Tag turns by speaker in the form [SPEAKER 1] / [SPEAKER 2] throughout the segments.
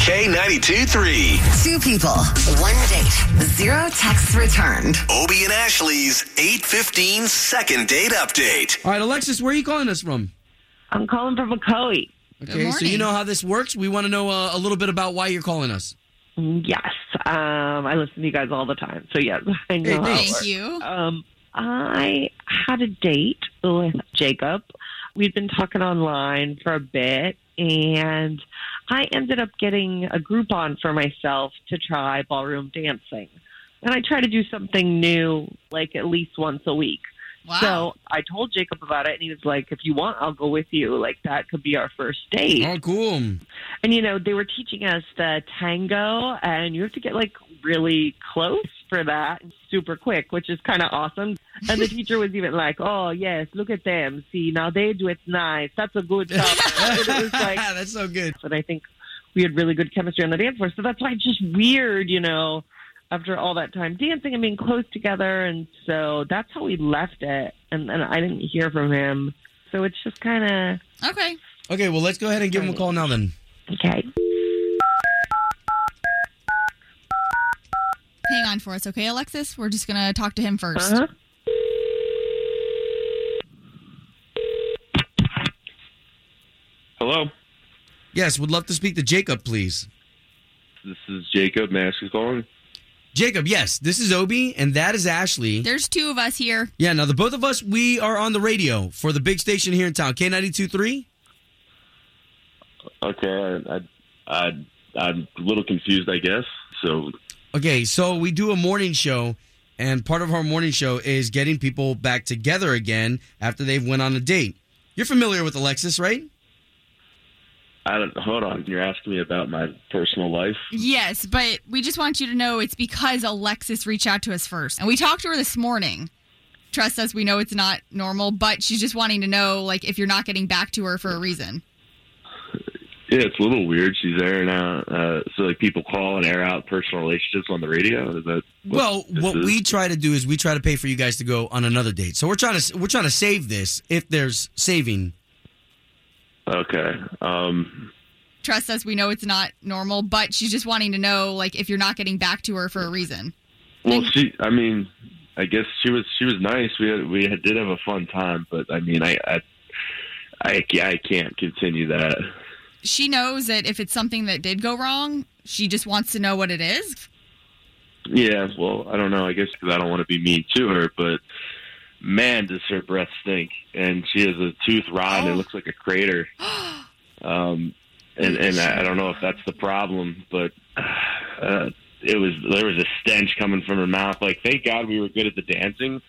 [SPEAKER 1] K92 3.
[SPEAKER 2] Two people, one date, zero texts returned.
[SPEAKER 1] Obie and Ashley's 815 second date update.
[SPEAKER 3] All right, Alexis, where are you calling us from?
[SPEAKER 4] I'm calling from McCoy.
[SPEAKER 3] Okay, so you
[SPEAKER 5] morning.
[SPEAKER 3] know how this works. We want to know uh, a little bit about why you're calling us.
[SPEAKER 4] Yes, um, I listen to you guys all the time. So yes, I know.
[SPEAKER 3] Oh,
[SPEAKER 4] how it
[SPEAKER 5] Thank
[SPEAKER 4] works.
[SPEAKER 5] you.
[SPEAKER 4] Um, I had a date with Jacob. We'd been talking online for a bit, and I ended up getting a Groupon for myself to try ballroom dancing. And I try to do something new, like at least once a week.
[SPEAKER 5] Wow.
[SPEAKER 4] So I told Jacob about it, and he was like, "If you want, I'll go with you. Like that could be our first date."
[SPEAKER 3] Oh, cool.
[SPEAKER 4] And you know, they were teaching us the tango, and you have to get like really close for that, super quick, which is kind of awesome. And the teacher was even like, "Oh yes, look at them. See now they do it nice. That's a good couple." and it was like,
[SPEAKER 3] That's so good.
[SPEAKER 4] and I think we had really good chemistry on the dance floor. So that's why it's just weird, you know, after all that time dancing and being close together. And so that's how we left it. And then I didn't hear from him. So it's just kind
[SPEAKER 5] Okay.
[SPEAKER 3] Okay, well, let's go ahead and give him a call now then.
[SPEAKER 4] of okay.
[SPEAKER 5] Hang on for us, okay, Alexis? We're just gonna talk to him 1st
[SPEAKER 4] Uh-huh.
[SPEAKER 6] Hello,
[SPEAKER 3] Yes, would love to speak to Jacob, please.
[SPEAKER 6] this is Jacob Maskey calling.
[SPEAKER 3] Jacob, yes, this is Obi, and that is Ashley.
[SPEAKER 5] There's two of us here.
[SPEAKER 3] Yeah, now the both of us, we are on the radio for the big station here in town, K92.3.
[SPEAKER 6] Okay, I, I, I, I'm a little confused, I guess. So,
[SPEAKER 3] Okay, so we do a morning show, and part of our morning show is getting people back together again after they've went on a date. You're familiar with Alexis, right?
[SPEAKER 6] I don't. Hold on, you're asking me about my personal life.
[SPEAKER 5] Yes, but we just want you to know it's because Alexis reached out to us first. And we talked to her this morning. Trust us, we know it's not normal, but she's just wanting to know like if you're not getting back to her for a reason.
[SPEAKER 6] Yeah, it's a little weird. She's airing out. Uh, so, like, people call and air out personal relationships on the radio. Is that what
[SPEAKER 3] Well,
[SPEAKER 6] this
[SPEAKER 3] what
[SPEAKER 6] is?
[SPEAKER 3] we try to do is we try to pay for you guys to go on another date. So we're trying to we're trying to save this if there's saving.
[SPEAKER 6] Okay. Um,
[SPEAKER 5] Trust us, we know it's not normal, but she's just wanting to know like if you're not getting back to her for a reason.
[SPEAKER 6] well, she. I mean, I guess she was. She was nice. We had, we had, did have a fun time, but I mean, I, I, I, I can't continue that.
[SPEAKER 5] She knows that if it's something that did go wrong, she just wants to know what it is.
[SPEAKER 6] Yeah, well, I don't know. I guess because I don't want to be mean to her, but man, does her breath stink! And she has a tooth rot. And
[SPEAKER 5] Oh.
[SPEAKER 6] it looks like a crater. Um, and and I I don't know if that's the problem, but uh, it was there was a stench coming from her mouth. Like, thank God we were good at the dancing,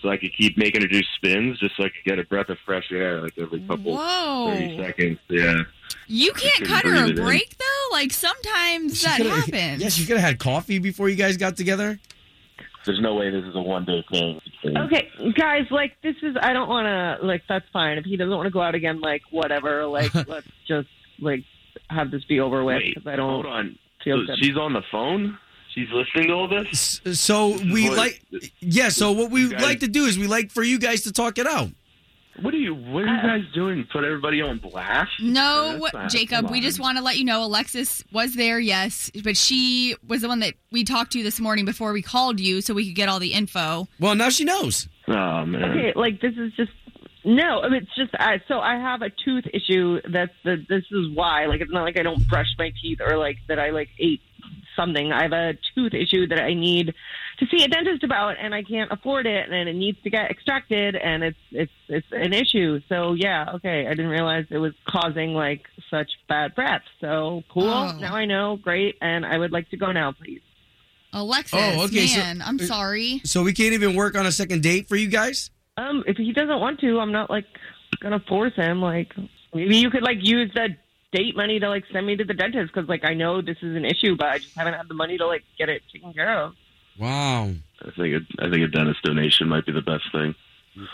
[SPEAKER 6] so I could keep making her do spins, just so I could get a breath of fresh air, like every couple thirty
[SPEAKER 5] Whoa.
[SPEAKER 6] seconds. Yeah.
[SPEAKER 5] You can't
[SPEAKER 6] couldn't
[SPEAKER 5] cut her a
[SPEAKER 6] breathe it in.
[SPEAKER 5] break though? Like sometimes
[SPEAKER 3] She
[SPEAKER 5] that
[SPEAKER 3] coulda-
[SPEAKER 5] happens.
[SPEAKER 3] Yeah, she could have had coffee before you guys got together.
[SPEAKER 6] There's no way this is a one day thing.
[SPEAKER 4] Okay, guys, like this is I don't want to like that's fine. If he doesn't want to go out again, like whatever. Like let's just like have this be over with
[SPEAKER 6] Wait,
[SPEAKER 4] because I
[SPEAKER 6] hold
[SPEAKER 4] don't
[SPEAKER 6] on.
[SPEAKER 4] feel good.
[SPEAKER 6] She's on the phone. She's listening to all this.
[SPEAKER 3] S- So we
[SPEAKER 6] What-
[SPEAKER 3] like yeah, so what we
[SPEAKER 6] You guys-
[SPEAKER 3] like to do is we like for you guys to talk it out.
[SPEAKER 6] What are you? What are you guys doing? Put everybody on blast?
[SPEAKER 5] No,
[SPEAKER 6] That's not-
[SPEAKER 5] Jacob,
[SPEAKER 6] come
[SPEAKER 5] we
[SPEAKER 6] on.
[SPEAKER 5] just want to let you know Alexis was there, yes, but she was the one that we talked to this morning before we called you so we could get all the info.
[SPEAKER 3] Well, now she knows.
[SPEAKER 6] Oh man.
[SPEAKER 4] okay, like this is just no. I mean, It's just I, so I have a tooth issue. That's the this is why. Like it's not like I don't brush my teeth or like that I like ate something. I have a tooth issue that I need to see a dentist about, and I can't afford it, and it needs to get extracted, and it's it's it's an issue. So yeah, okay, I didn't realize it was causing like such bad breath. So cool.
[SPEAKER 5] Oh.
[SPEAKER 4] Now I know. Great, and I would like to go now, please.
[SPEAKER 5] Alexis,
[SPEAKER 3] Oh, okay, so-
[SPEAKER 5] man, I'm sorry.
[SPEAKER 3] So we can't even work on a second date for you guys?
[SPEAKER 4] Um, if he doesn't want to, I'm not like gonna force him. Like maybe you could like use the date money to like send me to the dentist because like I know this is an issue, but I just haven't had the money to like get it taken care of.
[SPEAKER 3] Wow.
[SPEAKER 6] I think a, I think a dentist donation might be the best thing.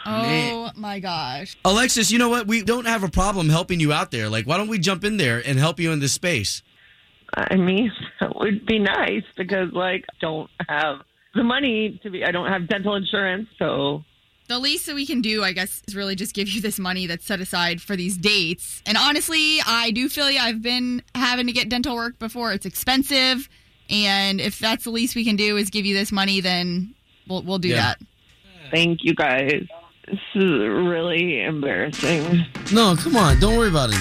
[SPEAKER 5] Oh my gosh.
[SPEAKER 3] Alexis, you know what? We don't have a problem helping you out there. Like, why don't we jump in there and help you in this space?
[SPEAKER 4] I mean, that would be nice because like I don't have the money to be. I don't have dental insurance, so
[SPEAKER 5] The least that we can do, I guess, is really just give you this money that's set aside for these dates. And honestly, I do feel you. I've been having to get dental work before. It's expensive, and if that's the least we can do is give you this money, then we'll we'll do
[SPEAKER 3] Yeah.
[SPEAKER 5] that.
[SPEAKER 4] Thank you guys. This is really embarrassing.
[SPEAKER 3] No, come on. Don't worry about it.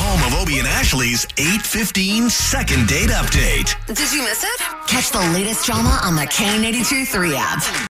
[SPEAKER 1] Home of Obie and Ashley's 815 second date update.
[SPEAKER 2] Did you miss it? Catch the latest drama on the K82 3 app.